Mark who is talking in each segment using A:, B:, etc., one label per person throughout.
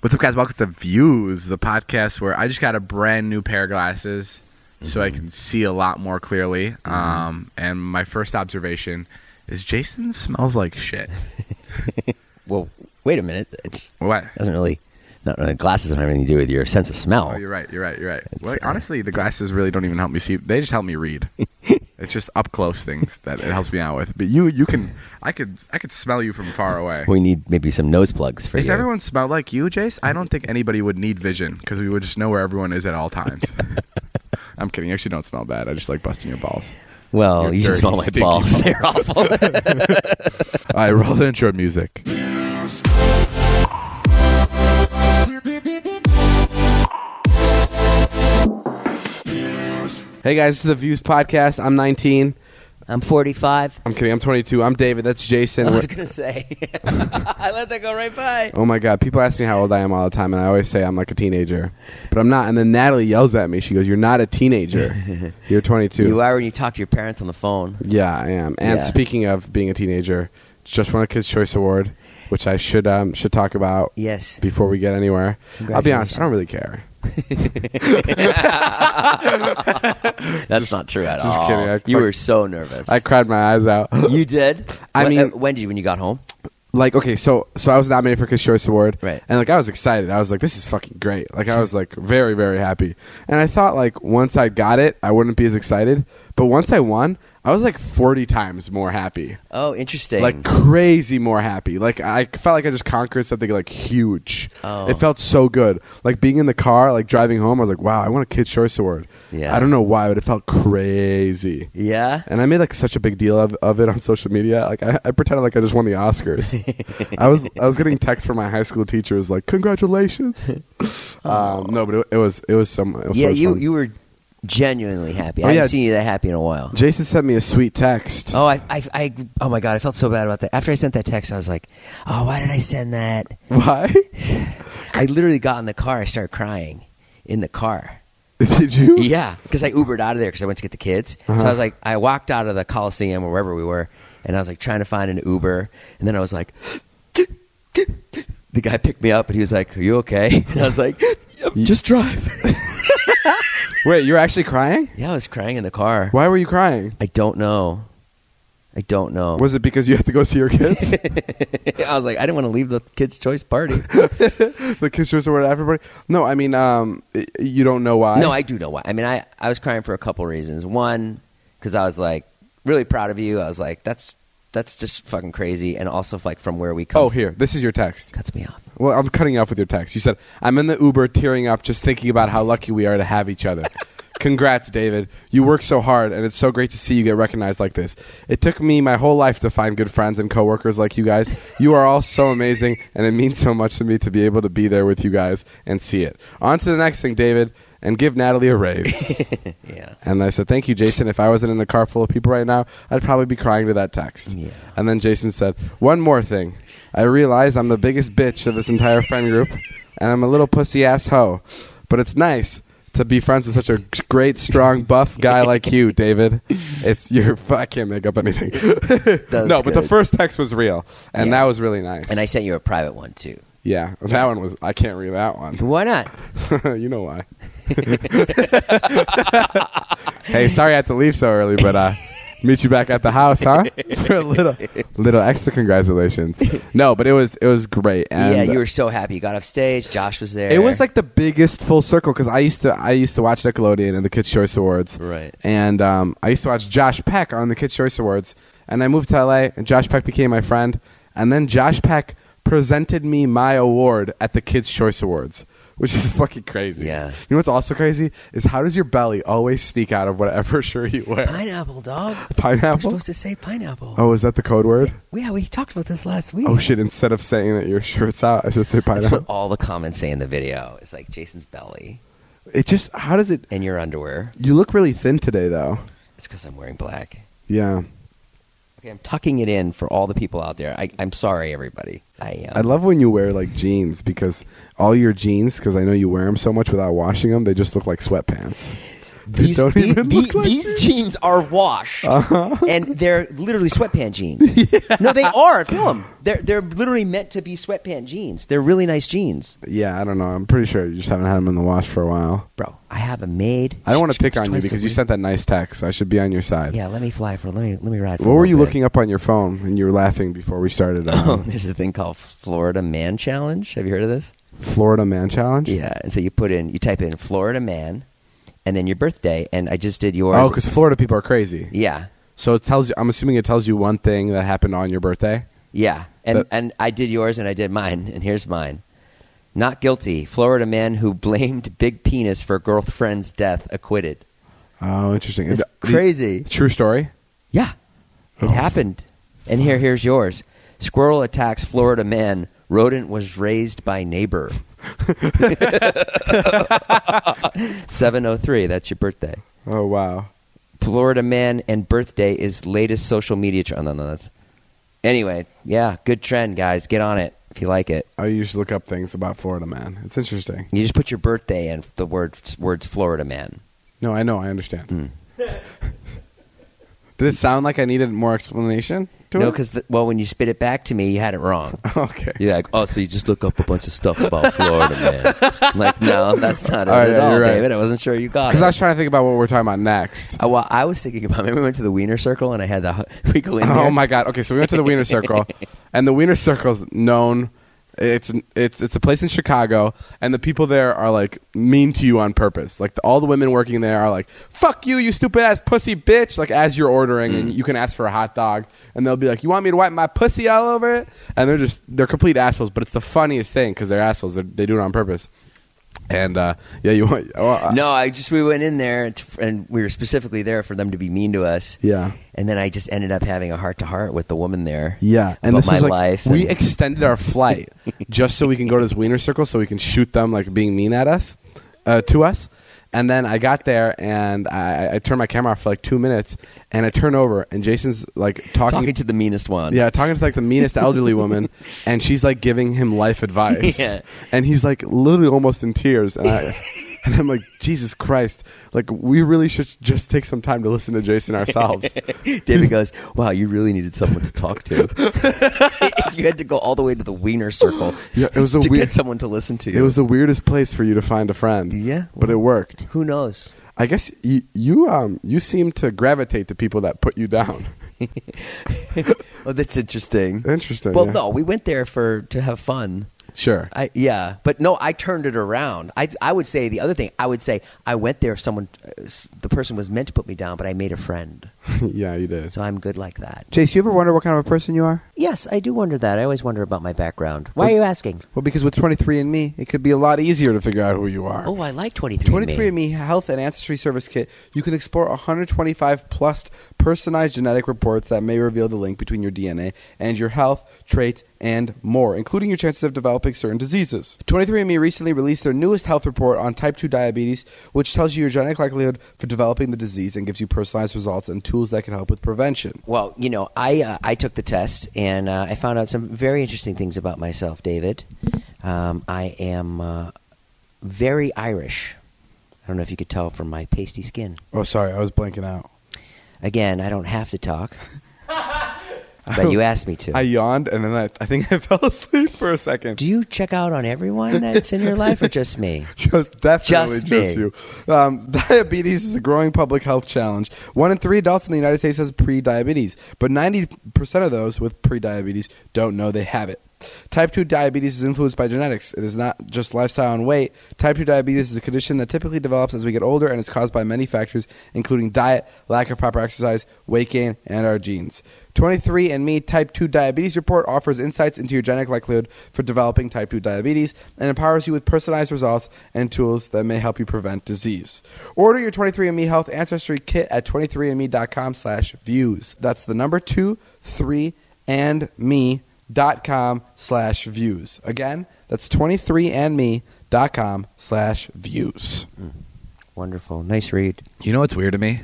A: What's up, guys? Welcome to Views, the podcast where I just got a brand new pair of glasses so
B: Mm-hmm.
A: I can see a lot more clearly. Um, and my first observation is Jason smells like shit.
B: Well, wait a minute. It's
A: What?
B: doesn't really. Not uh, glasses don't have anything to do with your sense of smell.
A: Oh, you're right. You're right. You're right.
B: It's,
A: Well,
B: uh,
A: honestly, the glasses really don't even help me see. They just help me read. it's just up close things that it helps me out with. But you, you can, I could, I could smell you from far away.
B: we need maybe some nose plugs for
A: If
B: you.
A: everyone smelled like you, Jace, I don't think anybody would need vision because we would just know where everyone is at all times. I'm kidding. You actually don't smell bad. I just like busting your balls.
B: well,
A: Your
B: you should
A: dirty,
B: smell my
A: stinky
B: balls. They're awful.
A: All right, roll the intro music.
C: Hey guys, this is the Views Podcast. I'm 19.
B: I'm 45.
C: I'm kidding. I'm 22. I'm David. That's Jason.
B: I was gonna say. I let that go right by.
C: oh my God. People ask me how old I am all the time, and I always say I'm like a teenager. But I'm not. And then Natalie yells at me. She goes, You're not a teenager. You're 22.
B: You are when you talk to your parents on the phone.
C: Yeah, I am. And
B: Yeah.
C: speaking of being a teenager, just won a Kids' Choice Award, which I should um, should talk about
B: Yes.
C: before we get anywhere. I'll be honest, I don't
B: Congratulations.
C: really care.
B: That's not true at
C: just
B: all.
C: kidding. I-
B: you
C: I-
B: were so nervous.
C: I cried my eyes out.
B: you did.
C: I
B: When-
C: mean-
B: uh, when did you, when you got home?
C: like okay so so i was nominated for kids choice award
B: Right.
C: and like i was excited i was like this is fucking great like i was like very very happy and i thought like once i got it i wouldn't be as excited but once i won i was like 40 times more happy
B: Oh, interesting.
C: like crazy more happy like i felt like i just conquered something like huge
B: Oh.
C: it felt so good like being in the car like driving home i was like wow i won a kids choice award
B: Yeah.
C: i don't know why but it felt crazy
B: yeah.
C: and I made like such a big deal of, of it on social media. Like I, I pretended like I just won the Oscars. I was I was getting texts from my high school teachers like congratulations. um, no, but it, it was it was some. It was so
B: Yeah.
C: much
B: You
C: fun.
B: you were genuinely happy. I
C: Oh,
B: haven't
C: yeah.
B: seen you that happy in a while.
C: Jason sent me a sweet text.
B: Oh, I, I, I, oh my God, I felt so bad about that. After I sent that text, I was like, oh, why did I send that?
C: Why
B: I literally got in the car, I started crying in the car.
C: did you?
B: Yeah, because I Ubered out of there because I went to get the kids. So I was like, I walked out of the Coliseum or wherever we were, and I was like trying to find an Uber, and then I was like, the guy picked me up, and he was like, "Are you okay?" And I was like, "Just drive."
C: Wait, you're actually crying?
B: yeah, I was crying in the car.
C: Why were you crying?
B: I don't know. I don't know.
C: Was it because you had to go see your kids?
B: I was like, I didn't want to leave the kids' choice party.
C: the kids choice award. Everybody. No, I mean, um, y- you don't know why.
B: No, I do know why. I mean, I, I was crying for a couple reasons. One, because I was like really proud of you. I was like, that's that's just fucking crazy. And also like from where we come.
C: Oh, here. This is your text.
B: cuts me off.
C: Well, I'm cutting you off with your text. You said, I'm in the Uber tearing up just thinking about how lucky we are to have each other. Congrats, David. You work so hard, and it's so great to see you get recognized like this. It took me my whole life to find good friends and coworkers like you guys. You are all so amazing, and it means so much to me to be able to be there with you guys and see it. On to the next thing, David, and give Natalie a raise.
B: Yeah.
C: and I said, Thank you, Jason. If I wasn't in a car full of people right now, I'd probably be crying to that text.
B: Yeah.
C: And then Jason said, One more thing. I realize I'm the biggest bitch of this entire friend group, and I'm a little pussy ass hoe. But it's nice to be friends with such a great, strong, buff guy like you, David. It's your. I can't make up anything.
B: was
C: no, but the
B: good.
C: first text was real, and
B: Yeah.
C: that was really nice.
B: And I sent you a private one too.
C: Yeah, that one was. I can't read that one.
B: Why not?
C: you know why. hey, sorry I had to leave so early, but uh, meet you back at the house, huh? For a little, little extra congratulations. No, but it was it was great. And
B: yeah, you were so happy. You got off stage. Josh was there.
C: It was like the biggest full circle because I used to I used to watch Nickelodeon and the Kids Choice Awards,
B: Right.
C: And um, I used to watch Josh Peck on the Kids Choice Awards, and I moved to LA, and Josh Peck became my friend, and then Josh Peck presented me my award at the Kids Choice Awards, which is fucking crazy.
B: Yeah.
C: You know what's also crazy is how does your belly always sneak out of whatever shirt you wear?
B: pineapple dog. We're
C: Pineapple.
B: supposed to say pineapple.
C: Oh, is that the code word?
B: Yeah, we talked about this last week.
C: Oh shit! Instead of saying that your shirt's out, I should say
B: That's what
C: pineapple.
B: all the comments say in the video. It's like Jason's belly
C: It just how does it?
B: and your underwear.
C: You look really thin today, though.
B: It's because I'm wearing black.
C: Yeah.
B: Okay, I'm tucking it in for all the people out there. I, I'm sorry, everybody. I, um,
C: I love when you wear like jeans because all your jeans, because I know you wear them so much without washing them, they just look like sweatpants.
B: These,
C: don't
B: the-
C: even
B: the-
C: look like Uh-huh.
B: these jeans are washed, and they're literally sweatpant jeans. No, they are. Film. They're they're literally meant to be sweatpant jeans. They're really nice jeans,
C: Yeah, I don't know. I'm pretty sure you just haven't had them in the wash for a while.
B: bro. I have them made.
C: I don't want to
B: She- she
C: pick
B: goes
C: on you
B: twice a
C: because you
B: week.
C: sent that nice text. So I should be on your side.
B: Yeah, let me fly for. Let me let me ride. For a
C: What were
B: little
C: you
B: bit.
C: looking up on your phone? And you were laughing before we started. Um,
B: There's a thing called Florida Man Challenge. Have you heard of this?
C: Florida Man Challenge.
B: Yeah, and so you put in, you type in Florida Man, and then your birthday. And I just did yours.
C: Oh, because Florida people are crazy.
B: yeah,
C: So it tells you. I'm assuming it tells you one thing that happened on your birthday.
B: yeah, and
C: That-
B: and I did yours, and I did mine, and here's mine. Not guilty. Florida man who blamed big penis for girlfriend's death acquitted.
C: Oh, interesting.
B: It's
C: The- Oh. the-
B: crazy.
C: True story.
B: Yeah, it happened. And here, here's yours. Squirrel attacks Florida man. Rodent was raised by neighbor. 703, that's your birthday.
C: Oh wow.
B: Florida man and birthday is latest social media trend. No, no, that's. Anyway, yeah, good trend, guys. Get on it if you like it.
C: I used to look up things about Florida Man. It's interesting.
B: You just put your birthday and the word words Florida man.
C: No, I know. I understand. Did it sound like I needed more explanation? To
B: No,
C: it?
B: because well, when you spit it back to me, you had it wrong.
C: okay.
B: You're like, oh, so you just look up a bunch of stuff about Florida man. I'm like, no, that's not it
C: All right,
B: at all,
C: you're right.
B: David. I wasn't sure you got it.
C: Because I was trying to think about what we're talking about next.
B: I, well, I was thinking about. Remember, we went to the Wiener Circle, and I had the we go in.
C: Oh
B: there.
C: my god. Okay, so we went to the Wiener Circle, and the Wiener Circle's known. It's it's it's a place in Chicago, and the people there are like mean to you on purpose. Like the, all the women working there are like, "Fuck you, you stupid ass pussy bitch!" Like as you're ordering, and you can ask for a hot dog, and they'll be like, "You want me to wipe my pussy all over it?" And they're just they're complete assholes. But it's the funniest thing because they're assholes. They're, they do it on purpose. And uh, yeah, you want uh, well,
B: No, I just we went in there and, and we were specifically there for them to be mean to us.
C: Yeah.
B: And then I just ended up having a heart to heart with the woman there.
C: Yeah, and
B: about
C: this
B: my
C: was like
B: life.
C: we
B: and-
C: extended our flight just so we can go to this wiener circle so we can shoot them like being mean at us, uh, to us. And then I got there and I, I turned my camera off for like two minutes, and I turn over and Jason's like talking,
B: talking to the meanest one.
C: yeah, talking to like the meanest elderly woman, and she's like giving him life advice.
B: Yeah.
C: And he's like literally almost in tears. And, I, and I'm like, Jesus Christ, like we really should just take some time to listen to Jason ourselves.
B: David goes, "Wow, you really needed someone to talk to. if you had to go all the way to the Wiener Circle,
C: Yeah, it was a
B: to
C: weird-
B: get someone to listen to you.
C: It was the weirdest place for you to find a friend.
B: Yeah.
C: But it worked.
B: Who knows?
C: I guess you you um you seem to gravitate to people that put you down.
B: Oh, that's interesting.
C: Interesting.
B: Well,
C: yeah.
B: no, we went there for to have fun.
C: Sure.
B: I, yeah, but no, I turned it around. I, I would say the other thing. I would say I went there. Someone, uh, s- the person was meant to put me down, but I made a friend,
C: yeah, you did.
B: so I'm good like that.
C: Jace, you ever wonder what kind of a person you are?
B: Yes, I do wonder that. I always wonder about my background. Why are you asking?
C: Well, because with 23andMe, it could be a lot easier to figure out who you are.
B: Oh, I like twenty three.
C: 23andMe Health and Ancestry Service Kit, you can explore 125 plus personalized genetic reports that may reveal the link between your DNA and your health, traits, and more, including your chances of developing certain diseases. 23andMe recently released their newest health report on type 2 diabetes, which tells you your genetic likelihood for developing the disease and gives you personalized results and tools that can help with prevention.
B: Well, you know, I uh, I took the test and uh, I found out some very interesting things about myself, David. Um, I am uh, very Irish. I don't know if you could tell from my pasty skin.
C: Oh, sorry, I was blanking out.
B: Again, I don't have to talk, but you asked me to.
C: I yawned and then I, I think I fell asleep for a second.
B: Do you check out on everyone that's in your life or just me?
C: Just definitely
B: Just
C: just,
B: me.
C: you. Um, diabetes is a growing public health challenge. One in three adults in the United States has pre-diabetes, but 90% of those with pre-diabetes don't know they have it. Type 2 diabetes is influenced by genetics. It is not just lifestyle and weight. Type 2 diabetes is a condition that typically develops as we get older and is caused by many factors, including diet, lack of proper exercise, weight gain, and our genes. 23andMe Type 2 Diabetes Report offers insights into your genetic likelihood for developing type 2 diabetes and empowers you with personalized results and tools that may help you prevent disease. Order your 23andMe Health Ancestry Kit at 23andme.com slash views. That's the number 2, 3, and me dot com slash views. Again, that's 23andme dot com slash views.
B: Wonderful. Nice read.
A: You know what's weird to me?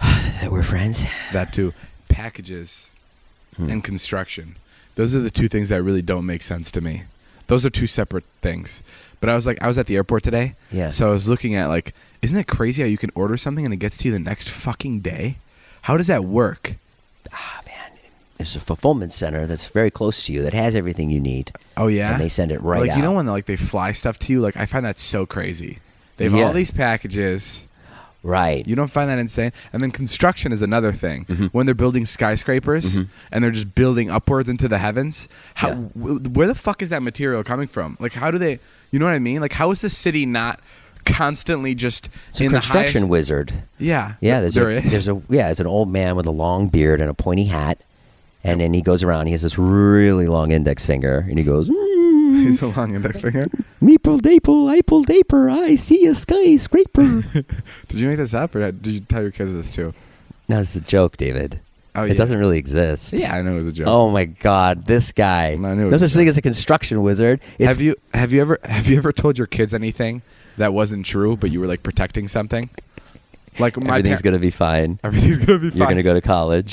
B: That we're friends.
A: That too.
B: Hmm.
A: Packages and construction. Those are the two things that really don't make sense to me.
C: Those are two separate things. But I was like, I was at the airport today.
B: Yeah.
C: So I was looking at like, isn't it crazy how you can order something and it gets to you the next fucking day? How does that work?
B: Oh, man, there's a fulfillment center that's very close to you that has everything you need.
C: Oh yeah,
B: and they send it right
C: Like you know
B: out.
C: when like they fly stuff to you, like I find that so crazy. They have
B: Yeah.
C: all these packages.
B: Right.
C: You don't find that insane. And then construction is another thing.
B: Mm-hmm.
C: When they're building skyscrapers and they're just building upwards into the heavens, how,
B: Yeah.
C: w- where the fuck is that material coming from? Like, how do they? You know what I mean? Like, how is the city not constantly just
B: it's a
C: in the
B: construction
C: highest,
B: wizard.
C: Yeah,
B: Yeah, there's
C: there
B: a,
C: is.
B: there's a yeah, it's an old man with a long beard and a pointy hat, and then he goes around. He has this really long index finger, and he goes, mm,
C: He's a long index finger.
B: "Meeple daple, apple daper, I see a skyscraper."
C: Did you make this up, or did you tell your kids this too?
B: no, it's a joke, David.
C: Oh,
B: it
C: yeah.
B: doesn't really exist.
C: Yeah, I know it was a joke.
B: Oh my God, this guy.
C: I knew it
B: no
C: was a
B: such thing as a construction wizard. It's,
C: have you have you ever have you ever told your kids anything that wasn't true, but you were like protecting something? Like my
B: everything's
C: par-
B: gonna be fine.
C: Everything's gonna be fine.
B: You're gonna go to college.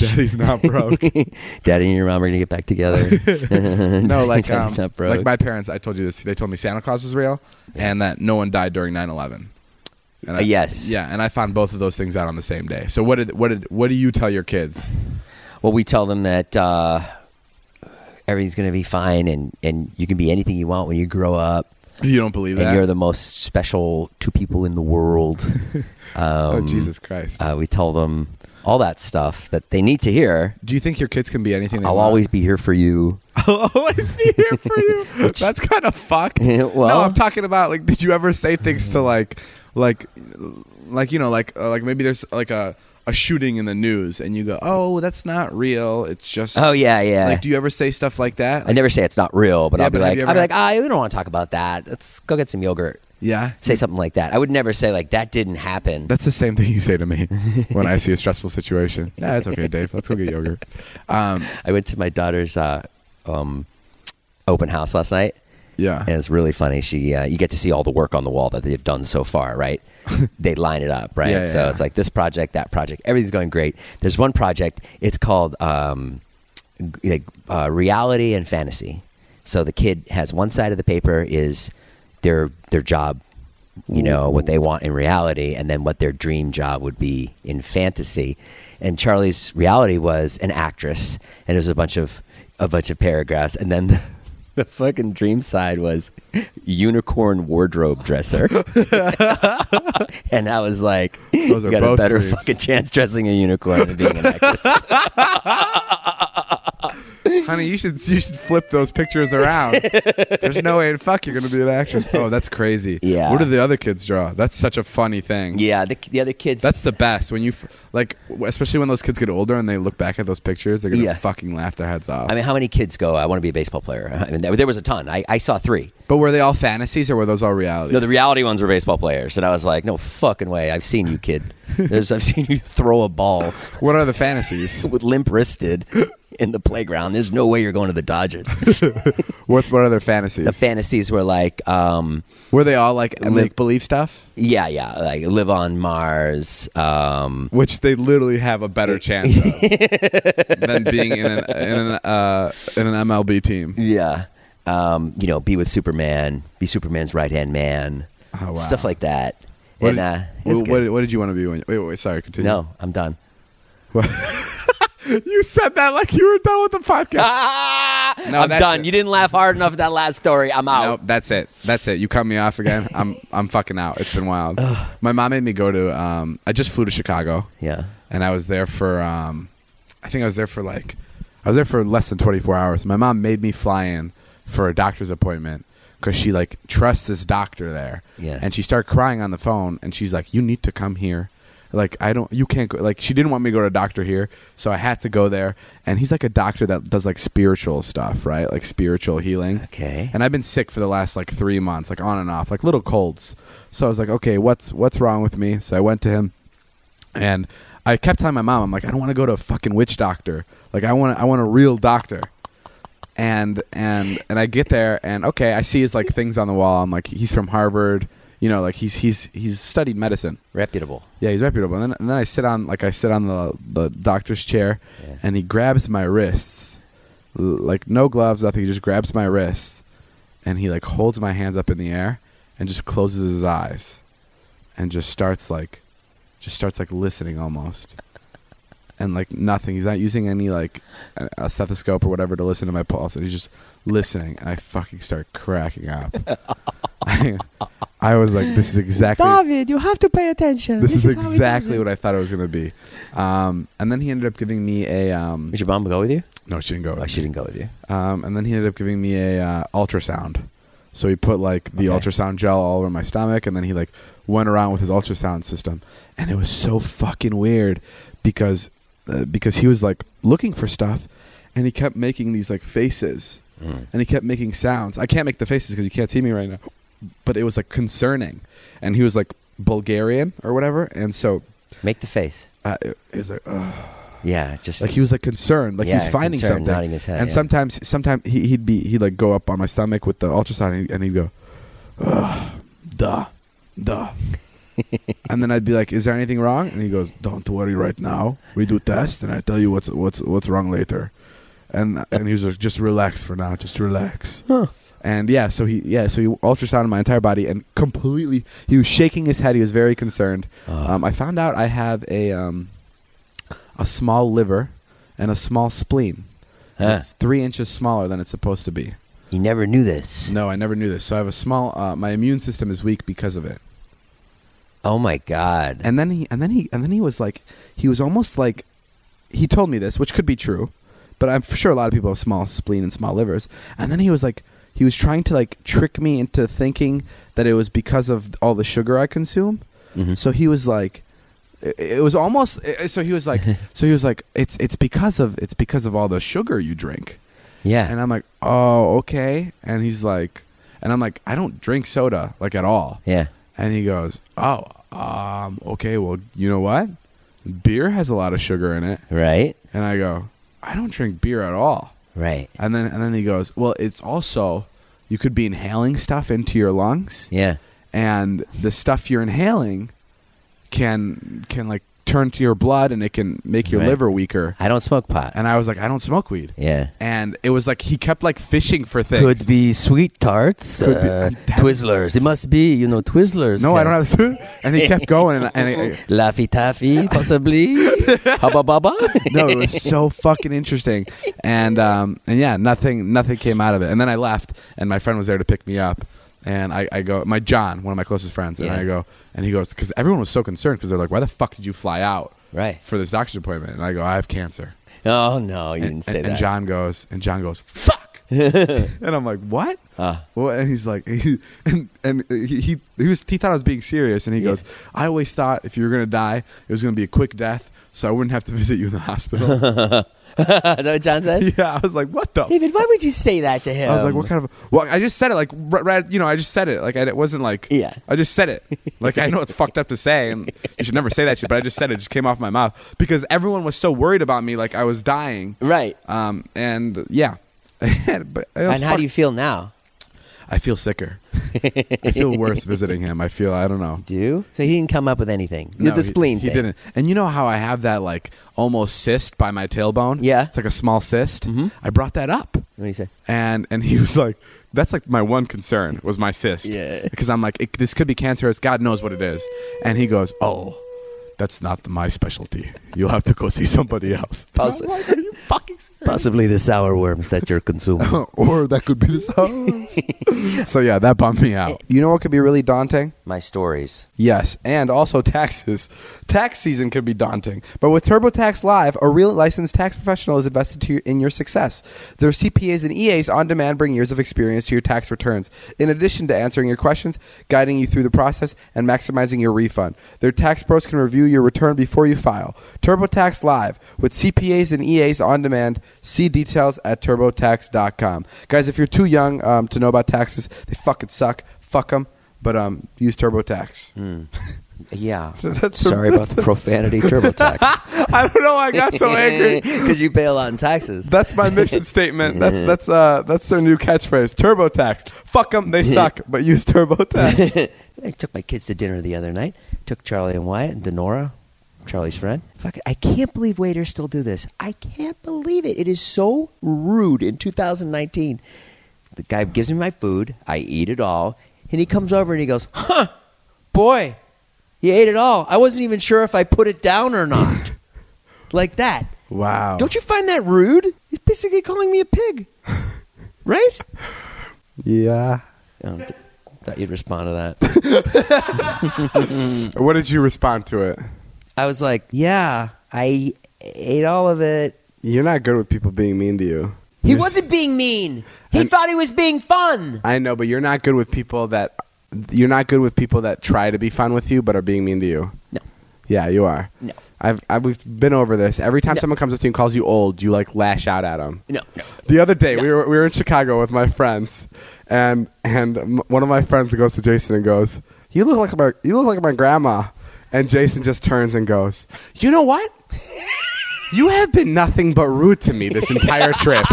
C: Daddy's not broke.
B: Daddy and your mom are gonna get back together.
C: no, like
B: Daddy's
C: um,
B: not broke.
C: like my parents. I told you this. They told me Santa Claus was real and that no one died during 9/11. And
B: Uh, yes.
C: Yeah, and I found both of those things out on the same day. So what did what did what do you tell your kids?
B: Well, we tell them that uh, everything's going to be fine, and and you can be anything you want when you grow up,
C: You don't believe that?
B: and you're the most special two people in the world.
C: oh Jesus Christ!
B: um, uh, we tell them all that stuff that they need to hear.
C: do you think your kids can be anything? They
B: I'll
C: want?
B: always be here for you.
C: I'll always be here for you. That's kind of fucked.
B: Well-
C: no, I'm talking about like, did you ever say things to like, like, like you know, like, uh, like maybe there's like a a shooting in the news, and you go, oh, that's not real. It's just.
B: Oh yeah, yeah.
C: Like, do you ever say stuff like that?
B: I never say it's not real, but
C: Yeah,
B: I'll be
C: but have
B: like,
C: you
B: I'll
C: ever
B: be like, ah, we don't want to talk about that. Let's go get some yogurt.
C: yeah.
B: Say something like that. I would never say like that didn't happen.
C: That's the same thing you say to me when I see a stressful situation. Yeah, it's okay, Dave. Let's go get yogurt. Um,
B: I went to my daughter's uh, um, open house last night.
C: yeah.
B: And it's really funny. She, uh, you get to see all the work on the wall that they've done so far, right? they line it up, right?
C: Yeah, yeah,
B: so
C: yeah.
B: it's like this project, that project, everything's going great. There's one project. It's called um, g- like uh, reality and fantasy. So the kid has one side of the paper is their their job, you know, what they want in reality, and then what their dream job would be in fantasy. And Charlie's reality was an actress, and it was a bunch of a bunch of paragraphs, and then. The, the fucking dream side was unicorn wardrobe dresser. and I was like,
C: Those
B: you
C: are
B: got a
C: both
B: better
C: dreams.
B: fucking chance dressing a unicorn than being an actress.
C: Honey, you should you should flip those pictures around. There's no way in fuck you're gonna be an actress. Oh, that's crazy.
B: Yeah.
C: What do the other kids draw? That's such a funny thing.
B: yeah, the, the other kids.
C: That's the best when you f- like, w- especially when those kids get older and they look back at those pictures, they're gonna
B: Yeah.
C: fucking laugh their heads off.
B: I mean, how many kids go? I want to be a baseball player. I mean, there, there was a ton. I, I saw three.
C: but were they all fantasies or were those all realities?
B: No, the reality ones were baseball players, and I was like, no fucking way. I've seen you, kid. There's, I've seen you throw a ball
C: what are the fantasies?
B: with limp wristed in the playground. There's no way you're going to the Dodgers.
C: What's what are their fantasies?
B: the fantasies were like, um,
C: were they all like
B: Lip-
C: make believe stuff?
B: yeah, yeah, like live on Mars. Um,
C: Which they literally have a better chance of than being in an in an, uh, in an MLB team.
B: Yeah. Um, you know, be with Superman, be Superman's right hand man,
C: Oh, wow.
B: stuff like that.
C: What
B: and
C: did-
B: uh, it
C: wha-
B: was
C: what,
B: good.
C: what did you want to be when? Wait, wait, sorry. Continue.
B: no, I'm done.
C: you said that like you were done with the podcast.
B: Ah,
C: No,
B: I'm
C: that's
B: done.
C: it.
B: You didn't laugh hard enough at that last story. I'm
C: No,
B: out.
C: that's it. That's it. You cut me off again. I'm I'm fucking out. It's been wild. My mom made me go to. Um, I just flew to Chicago.
B: Yeah.
C: and I was there for. Um, I think I was there for like, I was there for less than 24 hours. My mom made me fly in for a doctor's appointment because she like trusts this doctor there.
B: Yeah.
C: and she started crying on the phone, and she's like, "You need to come here." Like I don't, you can't go. Like she didn't want me to go to a doctor here, so I had to go there. And he's like a doctor that does like spiritual stuff, right? Like spiritual healing.
B: Okay.
C: And I've been sick for the last like three months, like on and off, like little colds. So I was like, okay, what's what's wrong with me? So I went to him, and I kept telling my mom, I'm like, I don't want to go to a fucking witch doctor. Like I want I want a real doctor. And and and I get there, and okay, I see his like things on the wall. I'm like, he's from Harvard, you know, like he's he's he's studied medicine.
B: Reputable.
C: Yeah, he's reputable. And then, and then I sit on like I sit on the the doctor's chair,
B: Yeah.
C: and he grabs my wrists, L- like no gloves, nothing. He just grabs my wrists, and he like holds my hands up in the air and just closes his eyes and just starts like just starts like listening almost and like nothing he's not using any like a- a stethoscope or whatever to listen to my pulse and he's just listening and i fucking start cracking up I, I was like this is exactly
B: you have to pay attention.
C: this, is, exactly what i thought it was going to be um, and then he ended up giving me a um,
B: Did your mom go with you?
C: no she didn't go with
B: Oh,
C: me.
B: she didn't go with you.
C: Um, and then he ended up giving me a uh, ultrasound. So he put like the
B: Okay.
C: ultrasound gel all over my stomach, and then he like went around with his ultrasound system, and it was so fucking weird because uh, because he was like looking for stuff, and he kept making these like faces,
B: Mm.
C: and he kept making sounds. I can't make the faces because you can't see me right now, but it was like concerning, and he was like Bulgarian or whatever, and so
B: Make the face.
C: uh, it, it was like. Ugh
B: Yeah, just
C: like he was like concerned like
B: Yeah,
C: he's finding
B: concerned,
C: something
B: nodding his head,
C: and
B: yeah.
C: sometimes sometimes he, he'd be he'd like go up on my stomach with the ultrasound and, and he'd go Ugh, duh duh and then i'd be like is there anything wrong and he goes don't worry right now we do tests and i tell you what's what's what's wrong later and and he was like just relax for now just relax and yeah so he yeah so he ultrasounded my entire body and completely he was shaking his head he was very concerned um, i found out i have a um, a small liver and a small spleen.
B: Huh.
C: It's three inches smaller than it's supposed to be.
B: you never knew this.
C: No, I never knew this. So I have a small. Uh, my immune system is weak because of it.
B: Oh my god.
C: And then he, and then he, and then he was like, he was almost like, he told me this, which could be true, but I'm for sure a lot of people have small spleen and small livers. And then he was like, he was trying to like trick me into thinking that it was because of all the sugar I consume.
B: Mm-hmm.
C: So he was like, it, it was almost. eh, So he was like, so he was like, it's it's because of it's because of all the sugar you drink.
B: yeah.
C: And I'm like, oh, okay. And he's like, and I'm like, I don't drink soda like at all.
B: yeah.
C: And he goes, oh, um, okay. Well, you know what? Beer has a lot of sugar in it.
B: Right.
C: And I go, I don't drink beer at all.
B: Right.
C: And then and then he goes, well, it's also you could be inhaling stuff into your lungs,
B: Yeah.
C: and the stuff you're inhaling can can like turn to your blood and it can make your
B: Right.
C: liver weaker.
B: I don't smoke pot.
C: And I was like, I don't smoke weed.
B: yeah.
C: And it was like he kept like fishing for things.
B: Could be sweet tarts,
C: Could be-
B: uh,
C: I'm-
B: Twizzlers. It must be, you know, Twizzlers.
C: No, I
B: Ken.
C: don't have. And he kept going, and, and it,
B: Laffy Taffy, possibly. Hubba Bubba.
C: no, it was so fucking interesting. And um, and yeah, nothing nothing came out of it. And then I left, and my friend was there to pick me up. And I, I go, my John, one of my closest friends, and
B: Yeah.
C: I go, and he goes, because everyone was so concerned, because they're like, why the fuck did you fly out
B: Right.
C: for this doctor's appointment? And I go, I have cancer.
B: Oh no, you
C: and,
B: didn't say
C: and-
B: that.
C: and John goes, and John goes, fuck. and I'm like, what?
B: Ah.
C: Well, and he's like, and and he he, he was he thought I was being serious, and he goes, I always thought if you were gonna die, it was gonna be a quick death, so I wouldn't have to visit you in the hospital.
B: Is that what John said?
C: yeah, I was like, what the?
B: David, why would you say that to him?
C: I was like, what kind of? Well, I just said it like right, right you know, I just said it like I, it wasn't like
B: Yeah.
C: I just said it like I know it's fucked up to say, and you should never say that shit, but I just said it, it just came off my mouth because everyone was so worried about me, like I was dying.
B: Right.
C: Um, and yeah. but it was
B: and how
C: fuck-
B: do you feel now?
C: I feel sicker. I feel worse visiting him. I feel I don't know.
B: Do you? so he didn't come up with anything.
C: No,
B: the
C: he-
B: spleen.
C: He,
B: thing.
C: didn't. And you know how I have that like almost cyst by my tailbone?
B: Yeah. Mm-hmm.
C: It's like a small cyst. I brought that up.
B: What do you say?
C: And and he was like, that's like my one concern was my cyst.
B: Yeah.
C: Because I'm like, it, this could be cancerous. God knows what it is. And he goes, oh, that's not my specialty. You'll have to go see somebody else.
B: Possi-
C: I'm like, are you fucking serious?
B: Possibly the sour worms that you're consuming.
C: or that could be this house. so yeah, that bummed me out. You know what could be really daunting?
B: My stories.
C: Yes, and also taxes. Tax season can be daunting, but with TurboTax Live, a real licensed tax professional is invested to in your success. Their CPAs and EAs on demand bring years of experience to your tax returns, in addition to answering your questions, guiding you through the process, and maximizing your refund. Their tax pros can review your return before you file. TurboTax Live with CPAs and EAs on demand. See details at turbotax.com. Guys, if you're too young um, to know about taxes, they fucking suck. Fuck them. But um, use TurboTax.
B: Yeah.
C: That's the-
B: Sorry about the profanity TurboTax.
C: I don't know. why I got so angry.
B: Because you bail on taxes.
C: That's my mission statement. That's that's uh that's their new catchphrase. TurboTax. Fuck them. They suck. But use TurboTax.
B: I took my kids to dinner the other night. Took Charlie and Wyatt and Denora, Charlie's friend. Fuck, I can't believe waiters still do this. I can't believe it. It is so rude in 2019 The guy gives me my food. I eat it all. And he comes over and he goes, huh, boy, you ate it all. I wasn't even sure if I put it down or not. like that.
C: Wow.
B: Don't you find that rude? He's basically calling me a pig. Right?
C: Yeah.
B: Oh, th- thought you'd respond to that.
C: What did you respond to it?
B: I was like, yeah, I ate all of it.
C: You're not good with people being mean to you.
B: He
C: You're s-
B: wasn't being mean. He
C: I'm-
B: thought he was being fun.
C: I know, but you're not good with people that you're not good with people that try to be fun with you but are being mean to you.
B: No.
C: Yeah, you are.
B: No.
C: I've, I've we've been over this. Every time someone comes up to you and calls you old, you like lash out at them.
B: No, no.
C: The other day, we were we were in Chicago with my friends, and and m- one of my friends goes to Jason and goes, "You look like my you look like my grandma," and Jason just turns and goes, "You know what? you have been nothing but rude to me this entire trip."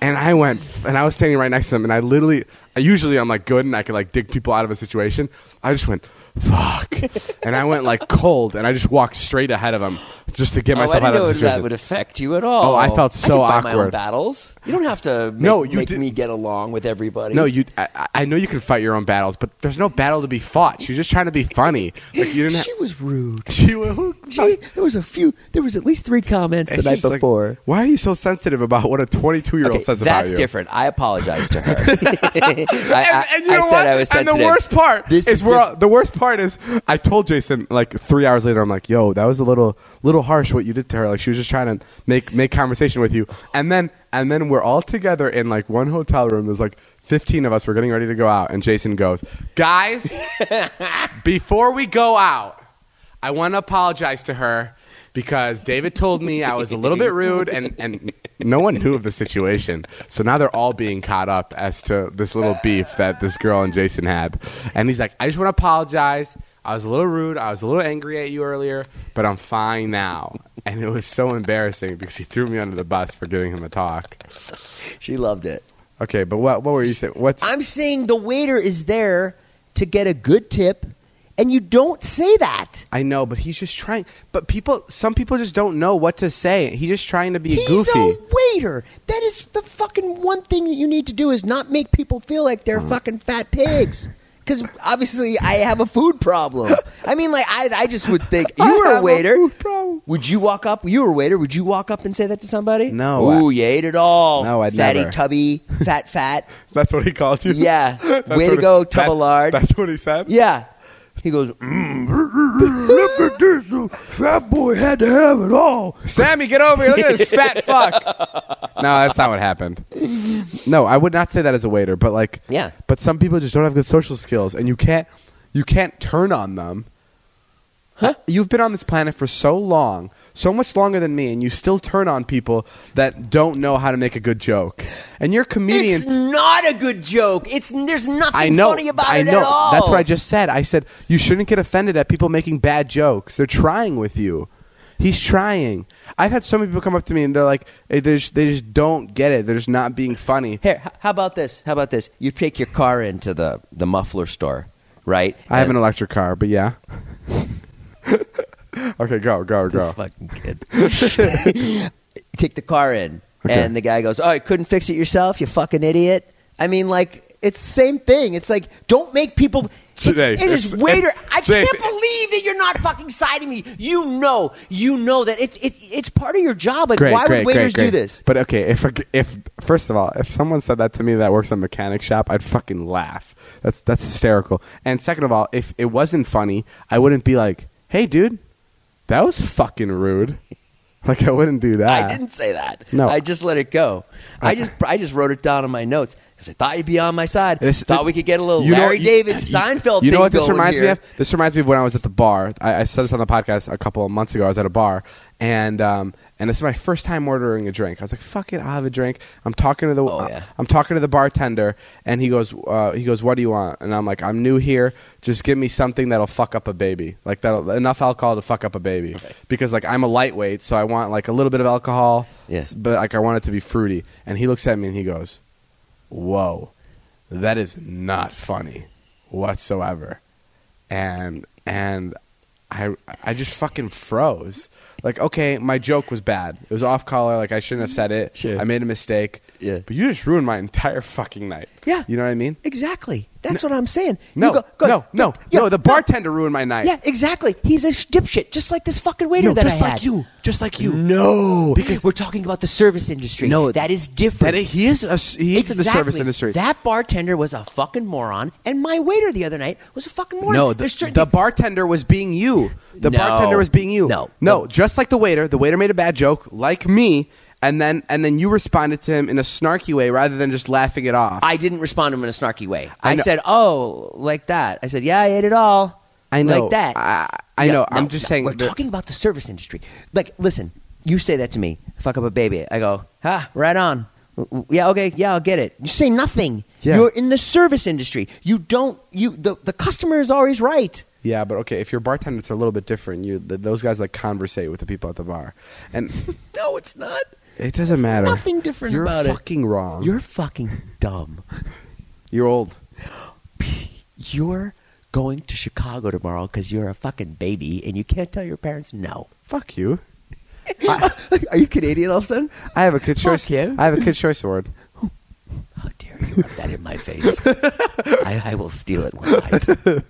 C: and I went, and I was standing right next to him, and I literally, I usually I'm like good and I can like dig people out of a situation. I just went, fuck, and I went like cold, and I just walked straight ahead of him just to get
B: Oh, I
C: myself
B: didn't
C: out of
B: know
C: the
B: if that
C: situation.
B: would affect you at all.
C: Oh, I felt so
B: I can fight My own
C: awkward.
B: battles. You don't have to make,
C: No, you
B: make
C: did-
B: me get along with everybody.
C: No, you. I, I- I know you can fight your own battles, but there's no battle to be fought. She was just trying to be funny. Like you didn't.
B: She was rude.
C: ha- she was. Who,
B: She, there was a few. There was at least three comments the
C: And
B: night
C: she's like,
B: before.
C: Why are you so sensitive about what a 22 year old
B: Okay,
C: says about
B: that's
C: you?
B: different. I apologize to her. I,
C: And,
B: I-
C: and you
B: I
C: know
B: said
C: what?
B: I was
C: and
B: sensitive.
C: the worst part
B: This
C: is
B: is
C: we're
B: just-
C: all- the worst part is I told Jason like three hours later. I'm like, "Yo, that was a little little harsh what you did to her. Like she was just trying to make make conversation with you." And then and then we're all together in like one hotel room. There's like 15 of us. We're getting ready to go out, and Jason goes, "Guys, before we go out, I want to apologize to her." Because David told me I was a little bit rude, and, and no one knew of the situation. So now they're all being caught up as to this little beef that this girl and Jason had. And he's like, I just want to apologize. I was a little rude. I was a little angry at you earlier, but I'm fine now. And it was so embarrassing because he threw me under the bus for giving him a talk.
B: she loved it.
C: Okay, but what what were you saying? What's
B: I'm saying the waiter is there to get a good tip, and you don't say that.
C: I know, but he's just trying. But people, some people just don't know what to say. He's just trying to be
B: He's a waiter. That is the fucking one thing that you need to do is not make people feel like they're
C: Uh-huh.
B: fucking fat pigs. Because obviously I have a food problem. I mean, like I, I just would think
C: I
B: you were
C: have
B: a
C: a
B: waiter.
C: food problem.
B: Would you walk up? You were a waiter. Would you walk up and say that to somebody?
C: No,
B: Ooh,
C: I-
B: you ate it all.
C: No, I'd
B: Fatty,
C: never.
B: tubby, fat, fat.
C: That's what he called you.
B: Yeah.
C: That's
B: Way to
C: what-
B: go,
C: that's-
B: Tubalard.
C: That's what he said.
B: Yeah. He goes. "Mm."
C: Look at this fat boy had to have it all. Sammy, get over here. Look at this fat fuck. No, that's not what happened. No, I would not say that as a waiter, but like,
B: Yeah.
C: But some people just don't have good social skills, and you can't, you can't turn on them. Huh? You've been on this planet for so long, so much longer than me, and you still turn on people that don't know how to make a good joke. And you're a comedian.
B: It's not a good joke. It's there's nothing
C: I know.
B: funny about
C: I
B: it
C: know.
B: at all.
C: That's what I just said. I said you shouldn't get offended at people making bad jokes. They're trying with you. He's trying. I've had so many people come up to me and they're like, eh, they just, they just don't get it. They're just not being funny.
B: Here, h- how about this? How about this? You take your car into the, the muffler store, right?
C: I have an
B: And
C: electric car, but yeah. okay, go, go,
B: this
C: go.
B: fucking kid. take the car in, and the guy goes, "Oh, you couldn't fix it yourself, you fucking idiot." I mean, like it's the same thing. It's like don't make people.
C: Today,
B: it is
C: it's-
B: waiter. I
C: Jason-
B: can't believe that you're not fucking siding me. You know, you know that it's it, it's part of your job. Like,
C: Great,
B: why
C: great,
B: would waiters
C: great, great.
B: do this?
C: But okay, if a g- if first of all, if someone said that to me that works at a mechanic shop, I'd fucking laugh. That's that's hysterical. And second of all, if it wasn't funny, I wouldn't be like, "Hey, dude, that was fucking rude." Like I wouldn't do that.
B: I didn't say that.
C: Ah. No.
B: I just let it go. I just I just wrote it down in my notes because I thought you'd be on my side.
C: This-
B: thought we could get a little
C: You know
B: Larry
C: what- you-
B: David Seinfeld.
C: You know
B: thing
C: what this
B: going
C: reminds me
B: here.
C: of? This reminds me of when I was at the bar. I, I said this on the podcast a couple of months ago. I was at a bar, and um, and this is my first time ordering a drink. I was like, "Fuck it, I'll have a drink." I'm talking to the
B: Oh, yeah.
C: I'm talking to the bartender, and he goes, uh, he goes, "What do you want?" And I'm like, "I'm new here. Just give me something that'll fuck up a baby. Like that enough alcohol to fuck up a baby, because like I'm a lightweight, so I want like a little bit of alcohol,
B: Yeah.
C: s- but like I want it to be fruity." And he looks at me and he goes whoa, that is not funny whatsoever. And and I I just fucking froze. Like, okay, my joke was bad. It was off color. Like, I shouldn't have said it.
B: Sure.
C: I made a mistake.
B: Yeah.
C: But you just ruined my entire fucking night.
B: Yeah.
C: You know what I mean?
B: Exactly. That's what I'm saying. You
C: No,
B: go- go-
C: no, no,
B: yeah,
C: no. The bartender ruined my night.
B: Yeah, exactly. He's a dipshit, just like this fucking waiter
C: No,
B: that
C: just
B: I had.
C: like you. Just like you.
B: No, because we're talking about the service industry.
C: No,
B: that is
C: That
B: different.
C: he is. A, he is in the service industry.
B: That bartender was a fucking moron, and my waiter the other night was a fucking moron.
C: no, the,
B: There's certain-
C: the bartender was being you. The
B: No.
C: bartender was being you.
B: No.
C: no, just like the waiter. The waiter made a bad joke, like me, and then and then you responded to him in a snarky way rather than just laughing it off.
B: I didn't respond to him in a snarky way. I,
C: know.
B: said, "Oh, like that." I said, "Yeah, I ate it all."
C: I know.
B: like that.
C: I- I know. I'm just saying
B: We're
C: that-
B: talking about the service industry. Like, listen, you say that to me, fuck up a baby. I go, "Ha, right on." W- w- Yeah, okay, yeah, I'll get it. You say nothing.
C: Yeah.
B: You're in the service industry. You don't. You the the customer is always right.
C: Yeah, but okay, if you're a bartender, it's a little bit different. You th- those guys like conversate with the people at the bar, and
B: No, it's not.
C: it doesn't matter.
B: nothing different
C: you're
B: about it.
C: fucking wrong.
B: You're fucking dumb.
C: you're old.
B: You're going to Chicago tomorrow because you're a fucking baby and you can't tell your parents no.
C: Fuck you.
B: Are you Canadian all of a sudden?
C: I have a kid's
B: Fuck
C: choice.
B: you.
C: I have a kid's choice award.
B: How dare you rub that in my face? I, I will steal it one night and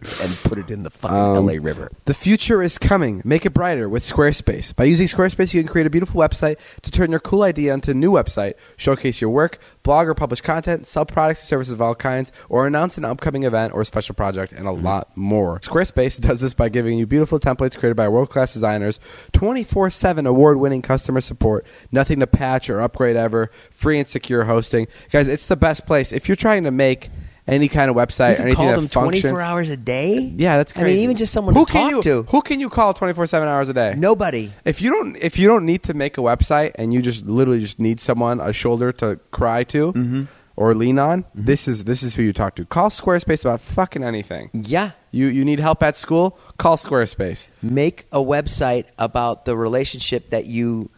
B: put it in the fucking
C: Um,
B: LA River.
C: The future is coming. Make it brighter with Squarespace. By using Squarespace, you can create a beautiful website to turn your cool idea into a new website, showcase your work, blog or publish content, sell products and services of all kinds, or announce an upcoming event or special project, and a lot more. Squarespace does this by giving you beautiful templates created by world class designers, 24 7 award winning customer support, nothing to patch or upgrade ever, free and secure hosting. Guys, it's the best place. If you're trying to make any kind of website,
B: You
C: or
B: can
C: anything
B: call
C: that
B: them
C: functions,
B: 24 hours a day?
C: yeah, that's crazy.
B: I mean, even just someone
C: who
B: to
C: can
B: talk
C: you,
B: to.
C: Who can you call 24/7 hours a day?
B: Nobody.
C: If you don't if you don't need to make a website and you just literally just need someone a shoulder to cry to
B: Mm-hmm.
C: or lean on, this is this is who you talk to. Call Squarespace about fucking anything.
B: Yeah.
C: You you need help at school? Call Squarespace.
B: Make a website about the relationship that you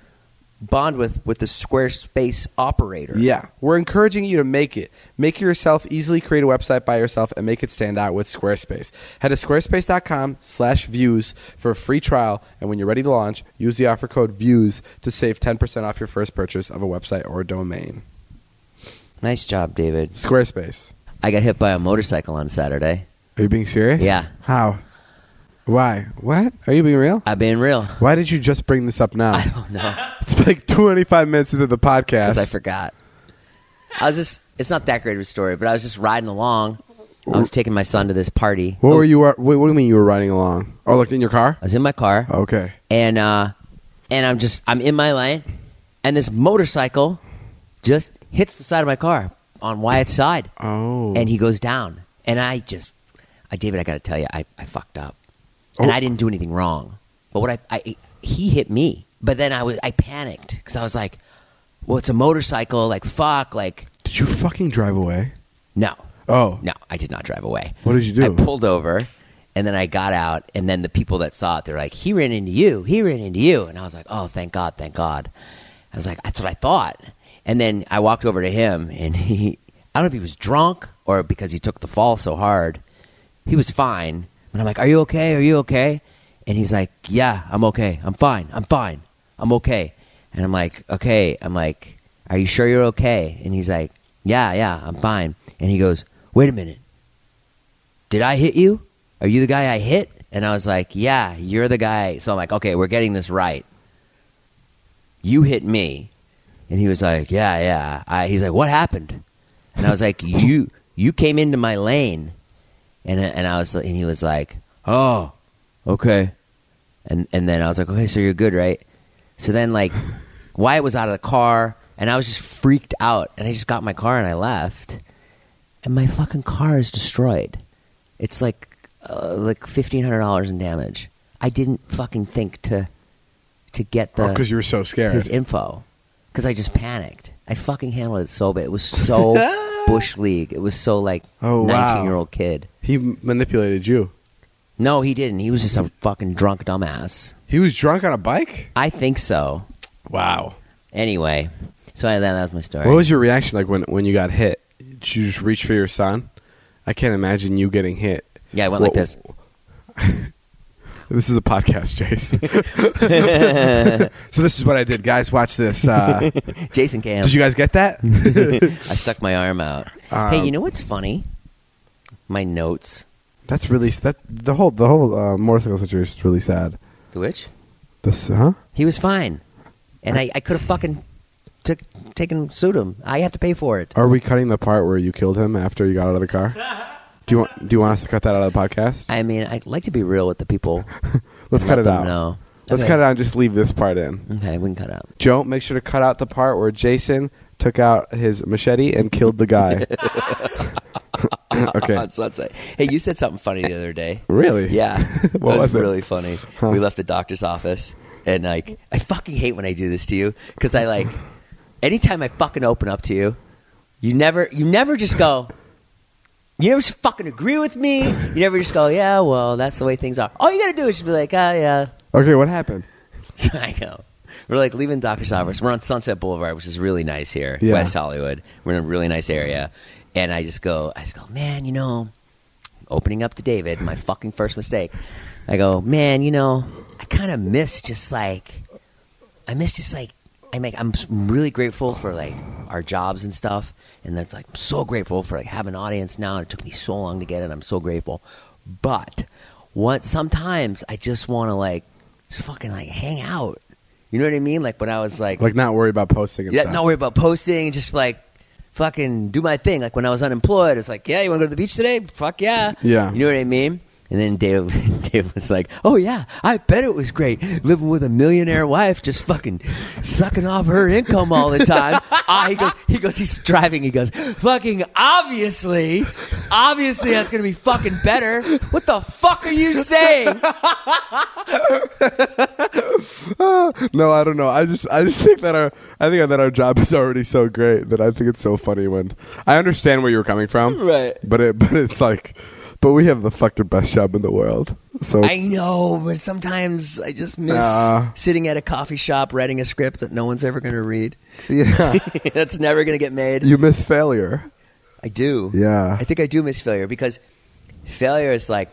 B: bond with with the Squarespace operator.
C: Yeah. We're encouraging you to make it. Make yourself easily create a website by yourself and make it stand out with Squarespace. Head to squarespace.com slash views for a free trial. And when you're ready to launch, use the offer code views to save 10% off your first purchase of a website or domain.
B: Nice job, David.
C: Squarespace.
B: I got hit by a motorcycle on Saturday.
C: Are you being serious?
B: Yeah.
C: How? Why? What? Are you being real?
B: I've been real.
C: Why did you just bring this up now?
B: I don't know
C: It's like 25 minutes into the podcast.
B: because I forgot. I was just, it's not that great of a story, but I was just riding along. I was taking my son to this party.
C: what
B: Oh,
C: were you? What, what do you mean you were riding along? Oh, like in your car?
B: I was in my car.
C: Okay.
B: and uh, and I'm just I'm in my lane, and this motorcycle just hits the side of my car on Wyatt's side,
C: Oh.
B: and he goes down, and I just, I David, I got to tell you, I, I fucked up, and
C: Oh.
B: I didn't do anything wrong, but what I, I he hit me, but then I was I panicked because I was like, well, it's a motorcycle, like fuck, like
C: Did you fucking drive away?
B: no,
C: Oh.
B: no, I did not drive away.
C: What did you do?
B: I pulled over and then I got out and then the people that saw it, they're like, He ran into you, he ran into you and I was like, Oh, thank God, thank God. I was like, That's what I thought. And then I walked over to him and he I don't know if he was drunk or because he took the fall so hard. He was fine. And I'm like, Are you okay? Are you okay? And he's like, Yeah, I'm okay. I'm fine. I'm fine. I'm okay. And I'm like, Okay. I'm like, Are you sure you're okay? And he's like, Yeah, yeah, I'm fine. And he goes, Wait a minute did I hit you? Are you the guy I hit? And I was like, yeah, you're the guy. So I'm like, okay, we're getting this right. You hit me. And he was like, yeah, yeah. I, he's like, what happened? And I was like, you, you came into my lane. And, and I was, and he was like, oh, okay. And, and then I was like, okay, so you're good, right? So then like Wyatt was out of the car and I was just freaked out and I just got in my car and I left and my fucking car is destroyed. It's like uh, like fifteen hundred dollars in damage. I didn't fucking think to to get
C: Oh,
B: the
A: because you were so scared.
B: his info because I just panicked. I fucking handled it so bad. It was so bush league. It was so like
C: Oh, wow.
B: nineteen year old kid.
C: He m- manipulated you.
B: No, he didn't. He was just a fucking drunk dumbass.
C: He was drunk on a bike?
B: I think so.
C: Wow.
B: Anyway, so I, that, that was my story.
C: What was your reaction like when, when you got hit? Did you just reach for your son? I can't imagine you getting hit.
B: yeah, I went
C: Wha-
B: like this.
A: This is a podcast, Jason.
C: So this is what I did, guys. Watch this. Uh,
B: Jason Cam.
C: did you guys get that?
B: I stuck my arm out. hey,
C: Um,
B: you know what's funny? My notes.
C: That's really s- that the whole the whole uh, motorcycle situation is really sad.
B: The witch?
C: This huh?
B: He was fine. And I, I could have fucking took, taken, sued him. I have to pay for it.
C: Are we cutting the part where you killed him after you got out of the car? Do you want Do you want us to cut that out of the podcast?
B: I mean, I'd like to be real with the people.
C: Let's
B: and
C: cut
B: let
C: it
B: them
C: out.
B: know.
C: Let's
B: Okay. Mm-hmm.
C: cut it out and just leave this part in.
B: Okay, we can cut it out.
C: Joe, make sure to cut out the part where Jason took out his machete and killed the guy. okay.
B: on Sunset. Hey, you said something funny the other day.
C: Really?
B: Yeah.
C: What
B: It
C: was it?
B: Really funny. We left the doctor's office, and like, I fucking hate when I do this to you because I like, anytime I fucking open up to you, you never, you never just go. You never just fucking agree with me. You never just go, yeah, well, that's the way things are. All you gotta do is just be like, ah, yeah.
C: Okay. What happened?
B: So I go. We're like leaving doctor's office. We're on Sunset Boulevard, which is really nice here,
C: Yeah.
B: West Hollywood. We're in a really nice area, and I just go, I just go, man, you know, opening up to David, my fucking first mistake. I go, man, you know, I kind of miss just like, I miss just like, I'm like, I'm really grateful for like our jobs and stuff, and that's like, I'm so grateful for like having an audience now. And it took me so long to get it. I'm so grateful, but what sometimes I just want to like, just fucking like hang out. You know what I mean? Like when I was like,
C: Like not worry about posting. And
B: yeah,
C: stuff.
B: not worry about posting and just like fucking do my thing. Like when I was unemployed, it's like, yeah, you want to go to the beach today? Fuck yeah.
C: Yeah.
B: You know what I mean? And then Dave, Dave was like, oh yeah, I bet it was great living with a millionaire wife, just fucking sucking off her income all the time. ah, he goes, he goes, he's driving. He goes, fucking obviously, obviously that's going to be fucking better. What the fuck are you saying?
C: No, I don't know. I just I just think that our I think that our job is already so great that I think it's so funny when I understand where you were coming from.
B: Right.
C: But it but it's like but we have the fucking best job in the world. So
B: I know, but sometimes I just miss
C: Uh.
B: sitting at a coffee shop writing a script that no one's ever going to read.
C: yeah.
B: That's never going to get made.
C: you miss failure.
B: I do.
C: Yeah.
B: I think I do miss failure because failure is like,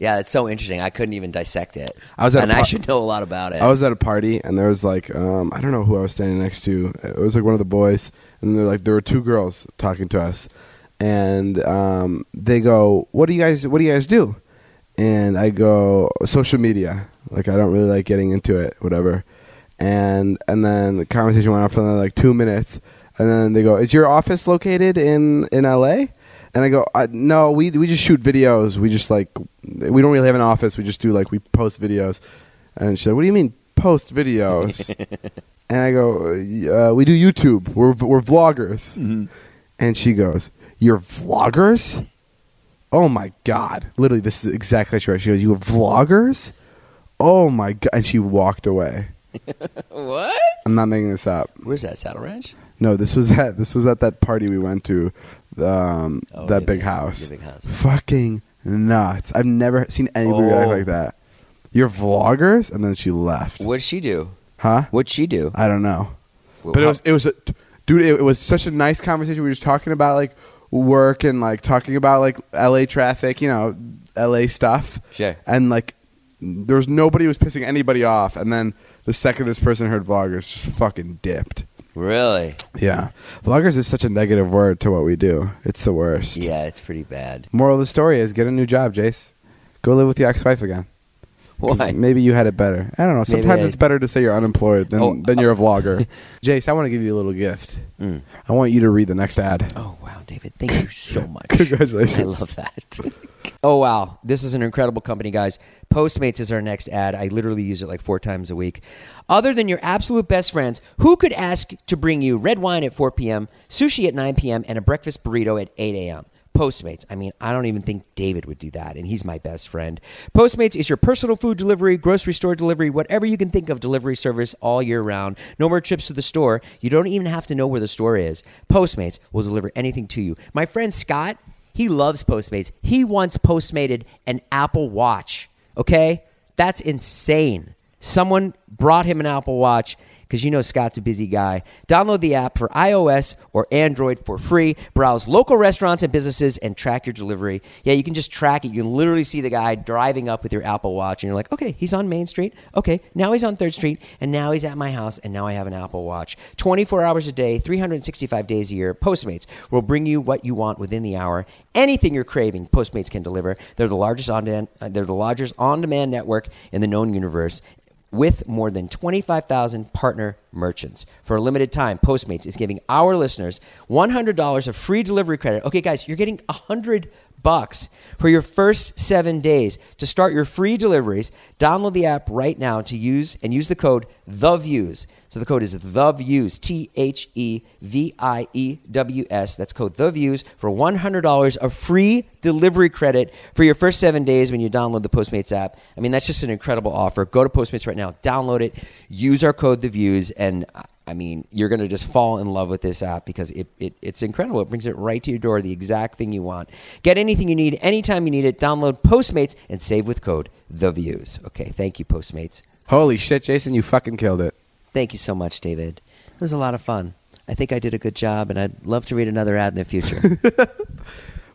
B: yeah, it's so interesting. I couldn't even dissect it.
C: I was at a
B: and I
C: par-
B: should know a lot about it.
C: I was at a party and there was like um, I don't know who I was standing next to. It was like one of the boys, and they're like there were two girls talking to us, and um, they go, "What do you guys? What do you guys do?" And I go, "Social media." Like I don't really like getting into it, whatever. And and then the conversation went on for another like two minutes, and then they go, "Is your office located in in L.A.?" And I go, I, no, we we just shoot videos. We just like, we don't really have an office. We just do like we post videos. And she's like, what do you mean post videos? and I go, uh, we do YouTube. We're we're vloggers. And she goes, you're vloggers? Oh my god! Literally, this is exactly what she wrote. She goes, you vloggers? Oh my god! And she walked away.
B: what?
C: I'm not making this up.
B: Where's that Saddle Ranch?
C: No, this was at this was at that party we went to, um,
B: Oh,
C: that
B: yeah,
C: big
B: yeah,
C: house.
B: yeah, big house.
C: Fucking nuts! I've never seen anybody react
B: Oh.
C: like that. You're vloggers, and then she left.
B: What'd she do?
C: Huh?
B: What'd she do?
C: I don't know.
B: Well,
C: But it
B: how-
C: was it was a dude. It, it was such a nice conversation. We were just talking about like work and like talking about like L.A. traffic, you know, L.A. stuff.
B: Sure.
C: And like there was nobody who was pissing anybody off. And then the second this person heard vloggers, just fucking dipped.
B: Really?
C: Yeah. Vloggers is such a negative word to what we do. It's the worst.
B: Yeah, it's pretty bad.
C: Moral of the story is get a new job, Jace. Go live with your ex wife again. 'Cause
B: Why?
C: Maybe you had it better. I don't know.
B: Maybe
C: Sometimes
B: I-
C: it's better to say you're unemployed than,
B: Oh,
C: than you're a vlogger. Jace, I want to give you a little gift.
B: Mm.
C: I want you to read the next ad.
B: Oh wow, David! Thank you so much.
C: Congratulations.
B: I love that. oh wow, this is an incredible company, guys. Postmates is our next ad. I literally use it like four times a week. Other than your absolute best friends, who could ask to bring you red wine at 4 p.m., sushi at 9 p.m., and a breakfast burrito at 8 a.m. Postmates. I mean, I don't even think David would do that, and he's my best friend. Postmates is your personal food delivery, grocery store delivery, whatever you can think of delivery service all year round. No more trips to the store. You don't even have to know where the store is. Postmates will deliver anything to you. My friend Scott, he loves Postmates. He once postmated an Apple Watch, okay? That's insane. Someone brought him an Apple Watch because you know Scott's a busy guy. Download the app for iOS or Android for free. Browse local restaurants and businesses and track your delivery. Yeah, you can just track it. You can literally see the guy driving up with your Apple Watch and you're like, okay, he's on Main Street. Okay, now he's on 3rd Street. And now he's at my house. And now I have an Apple Watch. 24 hours a day, 365 days a year. Postmates will bring you what you want within the hour. Anything you're craving, Postmates can deliver. They're the largest on-demand, they're the largest on-demand network in the known universe with more than 25,000 partner merchants. For a limited time, Postmates is giving our listeners $100 of free delivery credit. Okay, guys, you're getting 100 bucks for your first 7 days to start your free deliveries. Download the app right now to use and use the code the views. So the code is the views, T H E V I E W S. That's code the views for $100 of free delivery credit for your first 7 days when you download the Postmates app. I mean, that's just an incredible offer. Go to Postmates right now, download it, use our code the views and I- I mean, you're going to just fall in love with this app because it, it, it's incredible. It brings it right to your door, the exact thing you want. Get anything you need anytime you need it. Download Postmates and save with code the views. Okay, thank you, Postmates.
C: Holy shit, Jason, you fucking killed it.
B: Thank you so much, David. It was a lot of fun. I think I did a good job, and I'd love to read another ad in the future.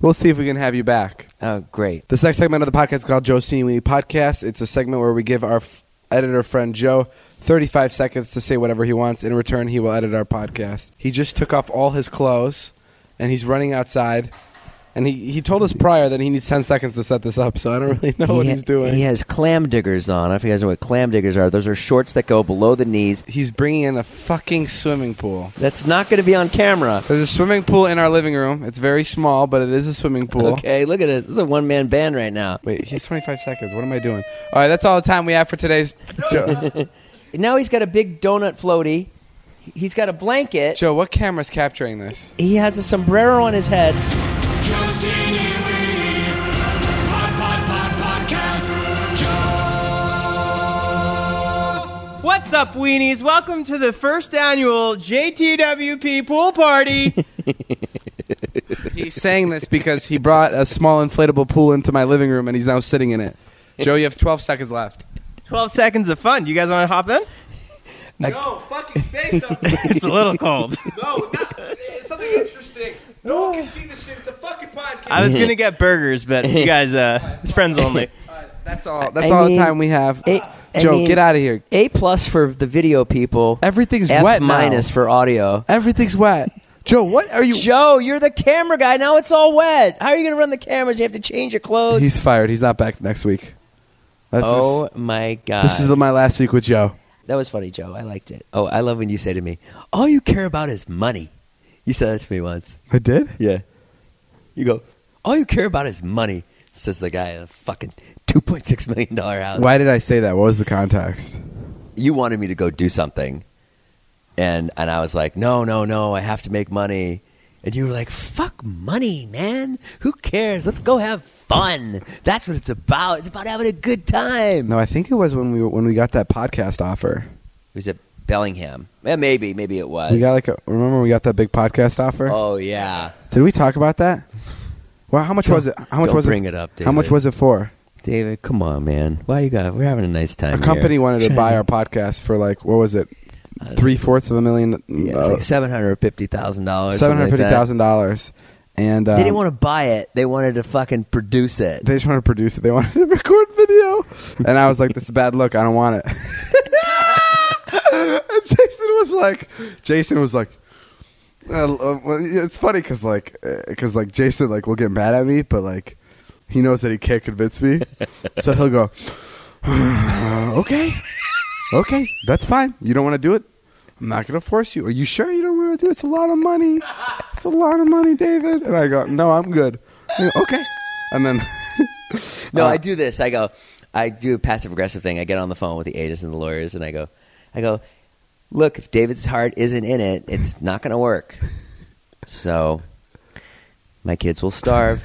C: We'll see if we can have you back.
B: oh, great.
C: This next segment of the podcast is called Joe Weenie Podcast. It's a segment where we give our f- editor friend Joe 35 seconds to say whatever he wants. In return, he will edit our podcast. He just took off all his clothes and he's running outside. And he, he told us prior that he needs 10 seconds to set this up, so I don't really know what
B: He-
C: he's doing.
B: He has clam diggers on. I don't know if you guys know what clam diggers are. Those are shorts that go below the knees.
C: He's bringing in a fucking swimming pool.
B: That's not going to be on camera.
C: There's a swimming pool in our living room. It's very small, but it is a swimming pool.
B: Okay, look at it. This is a one man band right now.
C: Wait, he's 25 seconds. What am I doing? All right, that's all the time we have for today's. Joe,
B: Now he's got a big donut floaty. He's got a blanket.
C: Joe, what camera's capturing this?
B: He has a sombrero on his head.
D: Josini Weenie. Pod, pod, pod, podcast. Joe.
E: What's up, weenies? Welcome to the first annual JTWP pool party.
C: He's saying this because he brought a small inflatable pool into my living room and he's now sitting in it. Joe, you have 12 seconds left.
E: 12 seconds of fun. Do you guys want to hop in?
C: No, fucking say something.
E: It's a little cold.
C: no, not, something interesting. No one can see this shit. It's a fucking podcast.
E: I was going to get burgers, but you guys, uh, it's friends only.
C: That's all. That's
B: I
C: all
B: mean,
C: the time we have.
B: A, I
C: Joe,
B: mean,
C: get out of here.
B: A plus for the video people.
C: Everything's
B: F
C: wet now.
B: minus for audio.
C: Everything's wet. Joe, what are you?
B: Joe, you're the camera guy. Now it's all wet. How are you going to run the cameras? You have to change your clothes.
C: He's fired. He's not back next week. That's
B: oh my god.
C: this, this is the, my last week with Joe.
B: that was funny, Joe. I liked it. Oh, I love when you say to me, "All you care about is money." You said that to me once.
C: I did.
B: Yeah. You go, all you care about is money, says the guy in a fucking $2.6 million house.
C: Why did I say that? What was the context?
B: You wanted me to go do something. And, and I was like, no, no, no, I have to make money. And you were like, fuck money, man. Who cares? Let's go have fun. That's what it's about. It's about having a good time.
C: No, I think it was when we when we got that podcast offer.
B: It was at Bellingham. Yeah, maybe. Maybe it was.
C: We got like a, remember we got that big podcast offer.
B: oh, yeah.
C: Did we talk about that? Well, how much
B: Don't-
C: was it? How much
B: don't
C: was
B: bring it up,
C: How much
B: David.
C: was it for?
B: David, come on, man. Why you got? We're having a nice time.
C: A company wanted to buy our podcast for like what was it? Three fourths of a million,
B: Uh,
C: uh,
B: Yeah, it's like seven hundred fifty thousand dollars.
C: seven hundred fifty thousand dollars, and um,
B: They didn't want to buy it. They wanted to fucking produce it.
C: They just wanted to produce it. They wanted to record video, and I was like, "This is a bad look. I don't want it." and Jason was like, "Jason was like." Uh, uh, well, yeah, it's funny because like, because like Jason like will get mad at me, but like he knows that he can't convince me, so he'll go, "Okay, okay, that's fine. You don't want to do it. I'm not gonna force you. Are you sure you don't want to do it? It's a lot of money. It's a lot of money, David." And I go, "No, I'm good. I go, okay." And then Oh.
B: No, I do this. I go. I do a passive aggressive thing. I get on the phone with the agents and the lawyers, and I go. I go. Look, if David's heart isn't in it, it's not going to work. So, my kids will starve.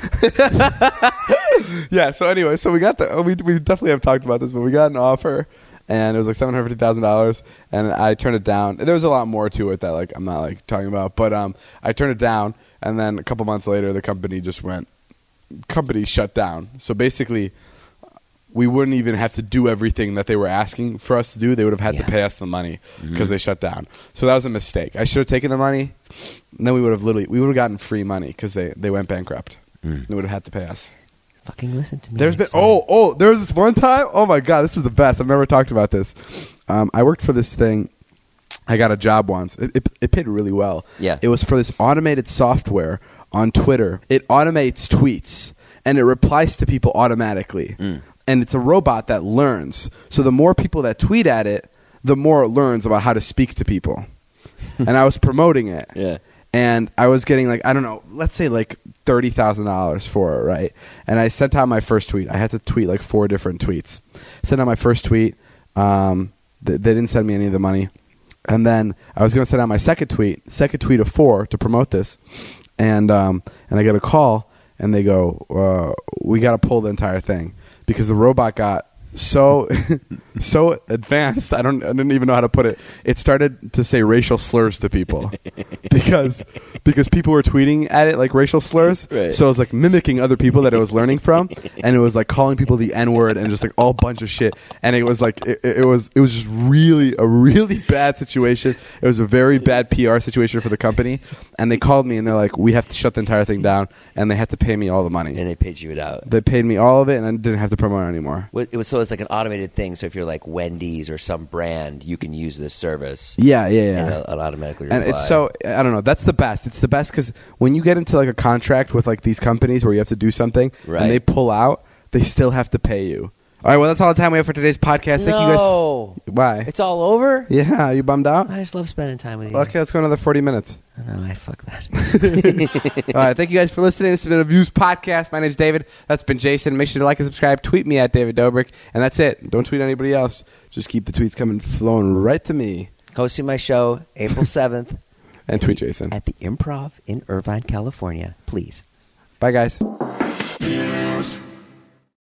C: yeah. So anyway, so we got the oh, we we definitely have talked about this, but we got an offer, and it was like seven hundred fifty thousand dollars, and I turned it down. There was a lot more to it that like I'm not like talking about, but um, I turned it down, and then a couple months later, the company just went, company shut down. So basically, we wouldn't even have to do everything that they were asking for us to do. They would have had
B: Yeah.
C: to pay us the money because they shut down. So that was a mistake. I should have taken the money, and then we would have literally we would have gotten free money because they they went bankrupt. They would have had to pay us.
B: Fucking listen to me.
C: There's been
B: next time.
C: oh oh there was this one time oh my god this is the best I've never talked about this. Um, I worked for this thing. I got a job once. It, it, it paid really well.
B: Yeah.
C: It was for this automated software on Twitter. It automates tweets and it replies to people automatically.
B: Mm.
C: And it's a robot that learns. So the more people that tweet at it, the more it learns about how to speak to people. and I was promoting it.
B: Yeah.
C: And I was getting like I don't know, let's say like thirty thousand dollars for it, right? And I sent out my first tweet. I had to tweet like four different tweets. Sent out my first tweet. Um, th- they didn't send me any of the money. And then I was gonna send out my second tweet, second tweet of four to promote this. And um, and I get a call, and they go, uh, "We got to pull the entire thing because the robot got so so advanced i don't i didn't even know how to put it it started to say racial slurs to people because because people were tweeting at it like racial slurs
B: Right.
C: so it was like mimicking other people that it was learning from and it was like calling people the n-word and just like all bunch of shit and it was like it, it was it was just really a really bad situation it was a very bad pr situation for the company and they called me and they're like we have to shut the entire thing down and they had to pay me all the money
B: And they paid you it out.
C: they paid me all of it and i didn't have to promote it anymore
B: What- It was so it's like an automated thing. So if you're like Wendy's or some brand, you can use this service.
C: yeah yeah yeah
B: And it'll, it'll automatically.
C: and it's
B: reply.
C: so I don't know. That's the best. It's the best because when you get into like a contract with like these companies where you have to do something
B: Right.
C: and they pull out, they still have to pay you. All right. Well, that's all the time we have for today's podcast. Thank
B: no,
C: you guys. Why?
B: it's all over.
C: yeah, you bummed out.
B: I just love spending time with you.
C: Okay, let's go another forty minutes.
B: No, I fuck that.
C: All right, thank you guys for listening. This has been a Views podcast. My name's David. That's been Jason. Make sure to like and subscribe. Tweet me at David Dobrik, and that's it. Don't tweet anybody else. Just keep the tweets coming, flowing right to me,
B: Go see my show April seventh
C: and tweet Jason.
B: at the Improv in Irvine, California. Please.
C: Bye, guys.
D: Views.